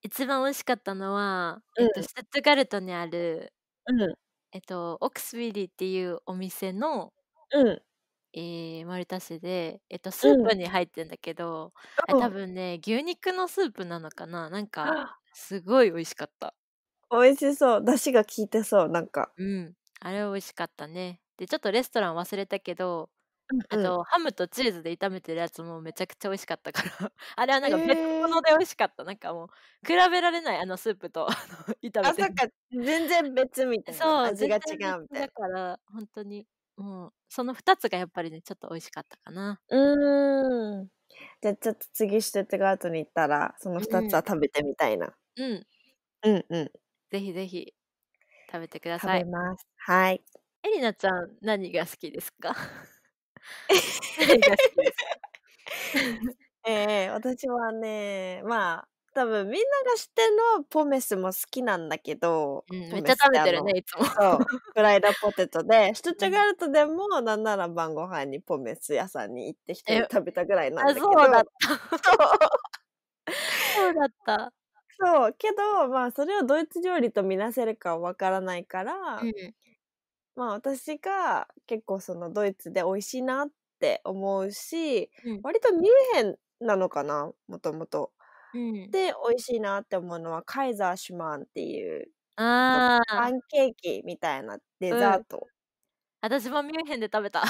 Speaker 2: 一番美味しかったのは、
Speaker 1: う
Speaker 2: えっと、
Speaker 1: ん、
Speaker 2: シュツットガルトにある、
Speaker 1: うん、
Speaker 2: えっと、オックスビリーっていうお店の、
Speaker 1: うん、
Speaker 2: えー、マルタ市で、えっと、ス
Speaker 1: う
Speaker 2: ー
Speaker 1: ん、
Speaker 2: プに入ってんだけど、え、
Speaker 1: う
Speaker 2: 多
Speaker 1: ん。
Speaker 2: 分ね、牛肉のスープなのかななんか、
Speaker 1: あ
Speaker 2: すごい美味しかった。
Speaker 1: 美味しそう。出汁が効いてそう、なんか。
Speaker 2: うん。あれは美味しかったね。で、ちょっとレストラン忘れたけど、あ
Speaker 1: うん、う
Speaker 2: と、ハムとチーズで炒めてるやつもめちゃくちゃ美味しかったから、 あれはなん
Speaker 1: ん。
Speaker 2: か別
Speaker 1: え
Speaker 2: 物
Speaker 1: ー。
Speaker 2: で美味しかった。なんかもう、比べられない、あのスープと、あ の炒め
Speaker 1: あ、
Speaker 2: て
Speaker 1: そっ
Speaker 2: る
Speaker 1: か。全然別みたいな。
Speaker 2: そう、
Speaker 1: 味
Speaker 2: 全
Speaker 1: が違
Speaker 2: 然別
Speaker 1: うみたい
Speaker 2: だから、本当に、もう、その2つがやっぱりね、ちょっと美味しかったかな。
Speaker 1: な。うーん。じゃあ、ちょっと次、シュテットガートに行ったら、その
Speaker 2: う
Speaker 1: 二つは
Speaker 2: ん。
Speaker 1: 食べてみたいな。
Speaker 2: うん。
Speaker 1: うん、うん。
Speaker 2: ぜひぜひ食べてくだ
Speaker 1: 食
Speaker 2: さ
Speaker 1: べ
Speaker 2: い。
Speaker 1: ます。はい。
Speaker 2: エリナちゃん、何が好きですか何が好きですか
Speaker 1: ええ、私はね、まあ、多分みんなが知ってるのはポメスも好きなんだけど、
Speaker 2: うん、
Speaker 1: ポ
Speaker 2: めっち
Speaker 1: メ
Speaker 2: ゃ
Speaker 1: スっ
Speaker 2: 食
Speaker 1: て
Speaker 2: べ
Speaker 1: あ
Speaker 2: てる
Speaker 1: の
Speaker 2: ね、いつも。
Speaker 1: そう、フライドポテトで、シュト
Speaker 2: う
Speaker 1: ゥット
Speaker 2: ん
Speaker 1: ガルトでもなんなら晩ご飯にポメス屋さんに行って一人
Speaker 2: え、
Speaker 1: 食べたぐらいなん
Speaker 2: あ、
Speaker 1: だけ
Speaker 2: そうだっ
Speaker 1: ど、
Speaker 2: た。
Speaker 1: そう
Speaker 2: そうだった。
Speaker 1: そう、けど、まあ、それをドイツ料理と見なせるかわからないか
Speaker 2: う
Speaker 1: ら、
Speaker 2: ん。
Speaker 1: まあ、私が結構そのドイツで美味しいなって思うし、
Speaker 2: うん。
Speaker 1: 割とミュンヘンなのかな、もともと。
Speaker 2: うん。
Speaker 1: で、美味しいなって思うのはカイザーシュマンっていうなんか
Speaker 2: あ
Speaker 1: パ
Speaker 2: あ、
Speaker 1: ンケーキみたいなデ
Speaker 2: う
Speaker 1: ザー
Speaker 2: ん。
Speaker 1: ト。
Speaker 2: 私もミュンヘンで食べた。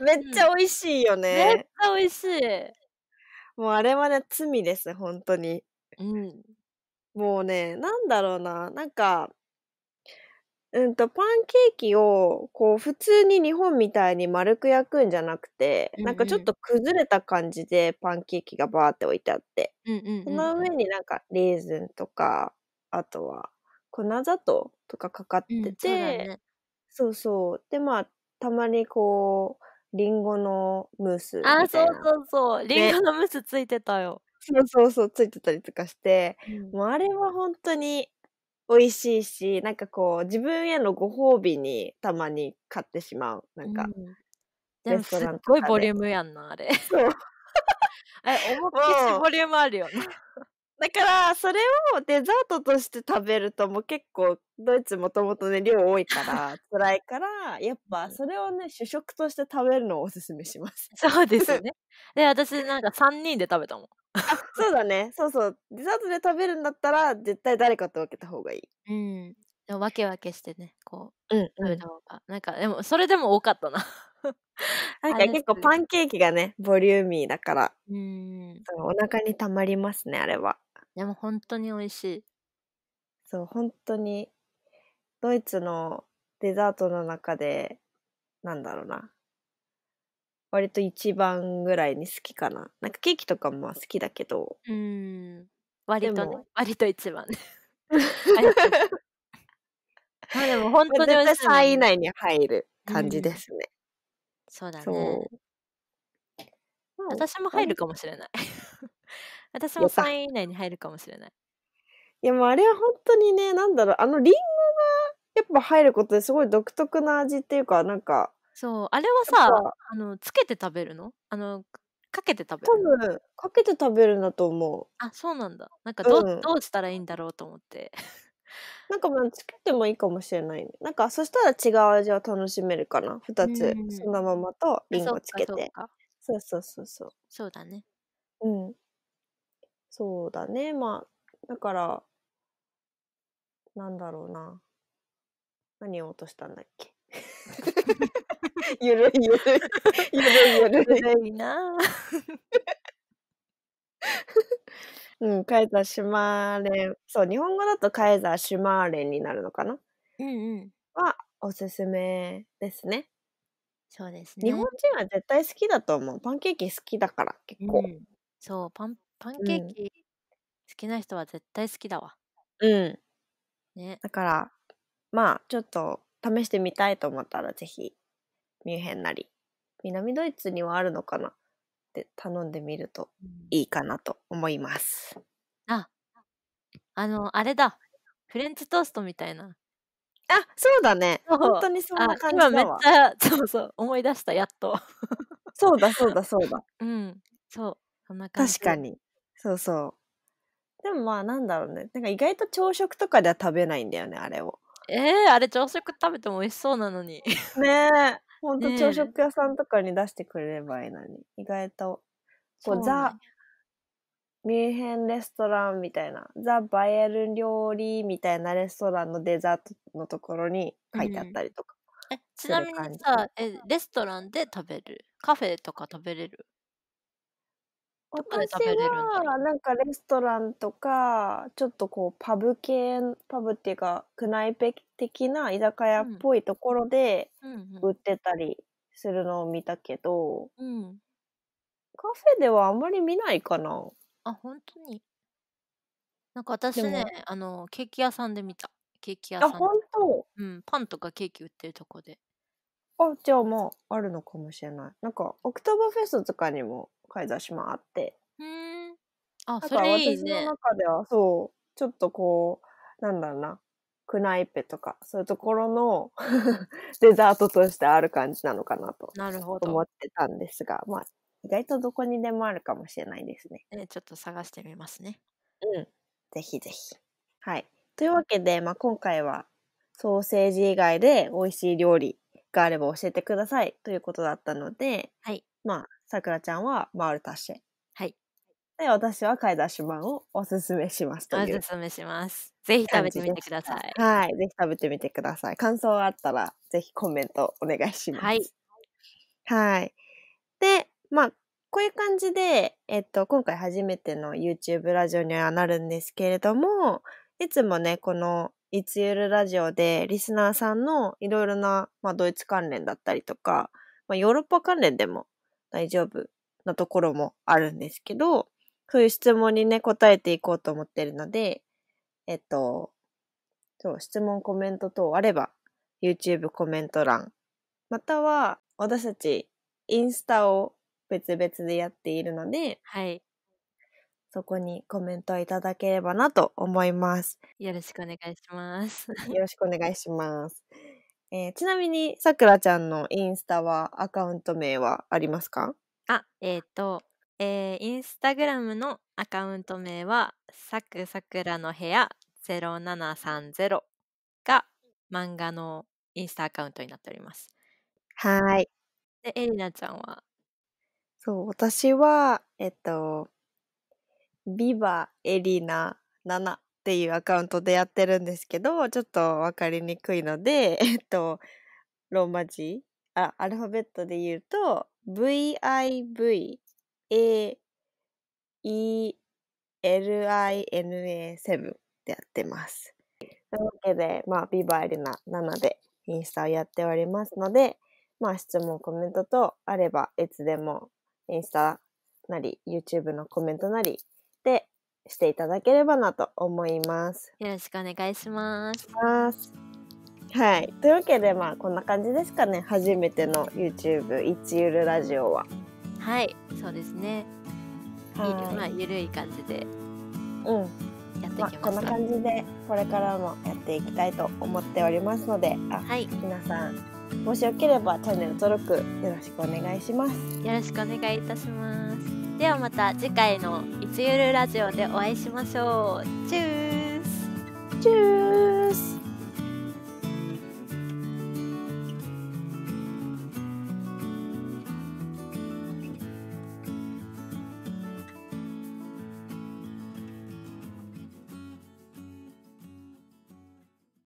Speaker 1: めっち
Speaker 2: うん。
Speaker 1: ゃ美味しいよ
Speaker 2: めっ
Speaker 1: ね。
Speaker 2: ちゃ美味しい。
Speaker 1: もうあれはね、罪です、本当に。
Speaker 2: うん。
Speaker 1: もうね、なんだろうな、なんか、うんと、パンケーキを、こう、普通に日本みたいに丸く焼くんじゃなくて、
Speaker 2: うん
Speaker 1: なんかちょっ
Speaker 2: う
Speaker 1: と崩れた感じでパンケーキがバーって置いてあって、
Speaker 2: ん。うんうん
Speaker 1: そ
Speaker 2: うん
Speaker 1: の上になんかレーズンとか、あとは粉砂糖とかかかっ
Speaker 2: うん。う
Speaker 1: て
Speaker 2: ん、そうだ
Speaker 1: て、
Speaker 2: ね。
Speaker 1: そうそう。で、まあ、たまにこう、リンゴのムース
Speaker 2: ああ、
Speaker 1: みた
Speaker 2: そ
Speaker 1: いうな。
Speaker 2: そうそう。リン
Speaker 1: ね。
Speaker 2: ゴのムースついてたよ。
Speaker 1: そうそうそう、ついてたりとかして、
Speaker 2: うん。
Speaker 1: もうあれは本当に美味しいし、なんかこう、自分へのご褒美にたまに買ってしまう。な
Speaker 2: うん
Speaker 1: か、
Speaker 2: ん。で
Speaker 1: レ
Speaker 2: も、
Speaker 1: スト
Speaker 2: すっ
Speaker 1: ランと
Speaker 2: ごい
Speaker 1: か
Speaker 2: ボリュ
Speaker 1: で。
Speaker 2: ームやんな、あれ。
Speaker 1: そう。
Speaker 2: え、思いっきし
Speaker 1: もう、
Speaker 2: ボリュームあるよな。
Speaker 1: だから、それをデザートとして食べるともう結構、ドイツもともとね、量多いから、 辛いから、やっぱそれをね、主食として食べるのをおすすめします。
Speaker 2: そうで すね。で、私なんか3人で食べたもん。
Speaker 1: あ、そうだね。そうそう。デザートで食べるんだったら、絶対誰かと分けた方がいい。
Speaker 2: うん。でも、わけわけしてね、こう、
Speaker 1: うんう
Speaker 2: 食べ
Speaker 1: ん。
Speaker 2: た方が。なんか、でも、それでも多かったな。
Speaker 1: なん
Speaker 2: あ
Speaker 1: か
Speaker 2: れ、
Speaker 1: 結
Speaker 2: す
Speaker 1: 構パンケーキがね、ボリューミーだから、
Speaker 2: うん。
Speaker 1: そうお腹にたまりますね、あれは。
Speaker 2: でも、本当に美味しい。
Speaker 1: そう、本当に、ドイツのデザートの中で、なんだろうな。割と一番ぐらいに好きかな。なんかケーキとかもまあ好きだけど、
Speaker 2: うん。割
Speaker 1: で
Speaker 2: とね、
Speaker 1: も、
Speaker 2: 割と 一番ね。割と一 番。まあでも、本
Speaker 1: まあ
Speaker 2: 当に
Speaker 1: 絶
Speaker 2: 美味
Speaker 1: 対
Speaker 2: しい
Speaker 1: 3
Speaker 2: も
Speaker 1: 位
Speaker 2: ん
Speaker 1: 以
Speaker 2: ね。
Speaker 1: 内に入る
Speaker 2: う
Speaker 1: 感じで
Speaker 2: ん。
Speaker 1: すね。
Speaker 2: そうだね。
Speaker 1: そう。まあ、
Speaker 2: 私も入
Speaker 1: 割
Speaker 2: る
Speaker 1: と、
Speaker 2: かもしれない。 私
Speaker 1: や
Speaker 2: も
Speaker 1: った。
Speaker 2: 3位以内に入るかもしれない。
Speaker 1: いや、もうあれは本当にね、なんだろう、あのリンゴやっぱ入ることですごい独特な味っていうか、なんか、
Speaker 2: そう、あれは
Speaker 1: やっ
Speaker 2: さ、
Speaker 1: ぱ、
Speaker 2: あの、つけて食べるのあの、かけて食べ
Speaker 1: 多
Speaker 2: るの
Speaker 1: 分、かけて食べるんだと思
Speaker 2: あ、そうなんだ。なんか
Speaker 1: う。
Speaker 2: どう、
Speaker 1: うん。
Speaker 2: どうしたらいいんだろうと思って。
Speaker 1: なんかまあ、つけてもいいかもしれないね。なんか、そしたら違う味を楽しめるかな。
Speaker 2: う
Speaker 1: 二つ、
Speaker 2: ん。
Speaker 1: そのままと
Speaker 2: あ、
Speaker 1: リン
Speaker 2: そ
Speaker 1: ゴ
Speaker 2: う
Speaker 1: つ
Speaker 2: か、
Speaker 1: け
Speaker 2: そう
Speaker 1: て。
Speaker 2: か。
Speaker 1: そうそうそうそ
Speaker 2: そうだ ね。
Speaker 1: う。うん。そうだね。まあ、だから、なんだろうな。何を落としたんだっ け。ゆるいゆるい。 ゆるいゆ
Speaker 2: ず
Speaker 1: る い。
Speaker 2: るいなぁ。
Speaker 1: うん、カイザーシュマーレン。そう、日本語だとカイザーシュマーレンになるのかな
Speaker 2: うんうん。
Speaker 1: は、おすすめですね。
Speaker 2: そうです
Speaker 1: 日本
Speaker 2: ね。
Speaker 1: 人は絶対好きだと思う。パンケーキ好きだから、結
Speaker 2: う
Speaker 1: 構。
Speaker 2: ん。そう、パン、パン
Speaker 1: う
Speaker 2: ケー
Speaker 1: ん。
Speaker 2: キ好きな人は絶対好きだわ。
Speaker 1: うん。
Speaker 2: ね。
Speaker 1: だから、まあ、ちょっと試してみたいと思ったら、ぜひ、ミュンヘンなり、南ドイツにはあるのかなって頼んでみると
Speaker 2: うん、
Speaker 1: いいかなと思います。
Speaker 2: あ、あの、あれだ。フレンチトーストみたいな。
Speaker 1: あ、そうだね。本
Speaker 2: そう。
Speaker 1: 当にそん
Speaker 2: あ、
Speaker 1: な感
Speaker 2: 今
Speaker 1: じ
Speaker 2: め
Speaker 1: だ
Speaker 2: っ
Speaker 1: わ。
Speaker 2: ちゃ、 そうそう、思い出した、やっと。
Speaker 1: そうだ、そうだ、そうだ。
Speaker 2: うん。そう。そんな 感
Speaker 1: 確か
Speaker 2: じ。
Speaker 1: に。そうそう。でもまあ、なんだろうね。なんか意外と朝食とかでは食べないんだよね、あれを。
Speaker 2: えー、あれ朝食食べても美味しそうなのに。
Speaker 1: ねえ、ほんと朝
Speaker 2: ねえ。
Speaker 1: 食屋さんとかに出してくれればいいのに。意外と、こう、
Speaker 2: そうなんや。
Speaker 1: ザ・ミュンヘンレストランみたいな、ザ・バイエルン料理みたいなレストランのデザートのところに
Speaker 2: う
Speaker 1: 書いてあっ
Speaker 2: ん。
Speaker 1: たりとか
Speaker 2: え、ち
Speaker 1: す
Speaker 2: な
Speaker 1: る
Speaker 2: みに
Speaker 1: 感じ。
Speaker 2: さ、え、レストランで食べるカフェとか食べれるどこで
Speaker 1: 私
Speaker 2: 食べれるんだろ
Speaker 1: は、なんかレストランとか、ちょっとこう、パブ系、パブっていうか、クナイペ的な居酒
Speaker 2: う。
Speaker 1: 屋
Speaker 2: う
Speaker 1: っ
Speaker 2: ん。
Speaker 1: ぽいところで
Speaker 2: うんう
Speaker 1: 売ってたりするのを見たけど、
Speaker 2: ん。うん。
Speaker 1: カフェではあんまり見ないかな。
Speaker 2: あ、本当に。なんか
Speaker 1: で
Speaker 2: 私ね、
Speaker 1: も、
Speaker 2: あの、ケーキ屋さんで見た。ケーキ屋
Speaker 1: あ、
Speaker 2: さん。
Speaker 1: 本当。
Speaker 2: うん。パンとかケーキ売ってるとこで。
Speaker 1: あ、じゃあまあ、あるのかもしれない。なんか、オクトーバーフェストとかにも開催しまあって、
Speaker 2: うーん。
Speaker 1: な
Speaker 2: あ、
Speaker 1: ん
Speaker 2: そ
Speaker 1: か
Speaker 2: れいい
Speaker 1: 私の
Speaker 2: ね。
Speaker 1: 中では、そう、ちょっとこう、なんだろうな、クナイペとか、そういうところの デザートとしてある感じなのかなと
Speaker 2: なるほ
Speaker 1: 思
Speaker 2: ど
Speaker 1: っ。てたんですが、まあ、意外とどこにでもあるかもしれないですね。
Speaker 2: えちょっと探してみますね。
Speaker 1: うん。ぜひぜひ。はい。というわけで、まあ、今回はソーセージ以外で美味しい料理があれば教えてくださいということだったので、
Speaker 2: はい。
Speaker 1: まあ、さくらちゃんはマールタッシェ。
Speaker 2: はい。
Speaker 1: で、私はカイダッシュマンをおすすめしますと
Speaker 2: お
Speaker 1: いう
Speaker 2: すすめします。ぜひ食
Speaker 1: 感
Speaker 2: べ
Speaker 1: じ
Speaker 2: て
Speaker 1: で
Speaker 2: み
Speaker 1: して
Speaker 2: ください。
Speaker 1: た。はい。ぜひ食べてみてください。感想があったら、ぜひコメントお願いします。
Speaker 2: はい。
Speaker 1: はい。で、まあ、こういう感じで、えっと、今回初めての YouTube ラジオにはなるんですけれども、いつもね、この、いつゆるラジオで、リスナーさんのいろいろな、まあ、ドイツ関連だったりとか、まあ、ヨーロッパ関連でも大丈夫なところもあるんですけど、そういう質問にね、答えていこうと思ってるので、えっと、そう、質問、コメント等あれば、YouTube コメント欄、または、私たち、インスタを別々でやっているので、
Speaker 2: はい。
Speaker 1: そこにコメントいただければなと思い ます。
Speaker 2: よろしくお願いします。
Speaker 1: よろしくお願いします。えーちなみに、さくらちゃんのインスタはアカウント名はありますか
Speaker 2: あ、えっ、と、えー、インスタグラムのアカウント名は、さくさくらの部屋0730が漫画のインスタアカウントになっております。
Speaker 1: はーい。
Speaker 2: で、エリナちゃんは、
Speaker 1: そう、私は、えっと、ビバエリナ7っていうアカウントでやってるんですけど、ちょっとわかりにくいので、 えっと、ローマ字あ、アルファベットで言うと、VIVAELINA7 ってやってます。というわけで、まあ、ビバエリナ7でインスタをやっておりますので、まあ、質問、コメントとあれば、いつでもインスタなり、YouTube のコメントなりでしていただければなと思います。
Speaker 2: よろしくお願いします。
Speaker 1: ますはい。というわけで、まあ、こんな感じですかね。初めての YouTube、いちゆるラジオは。
Speaker 2: はい、そうですね。いいまあ、
Speaker 1: は
Speaker 2: ゆるい感じで
Speaker 1: い。うん。
Speaker 2: やってい
Speaker 1: まあ、
Speaker 2: き
Speaker 1: こ
Speaker 2: ま
Speaker 1: ん
Speaker 2: す
Speaker 1: な
Speaker 2: か。
Speaker 1: 感じで、これからもやっていきたいと思っておりますので、あ、
Speaker 2: はい、よ
Speaker 1: 皆さん、もしよければチャンネル登録よろしくお願いします。
Speaker 2: ろしくお願いいたします。ではまた次回のいつゆるラジオでお会いしましょう。チュース
Speaker 1: チュー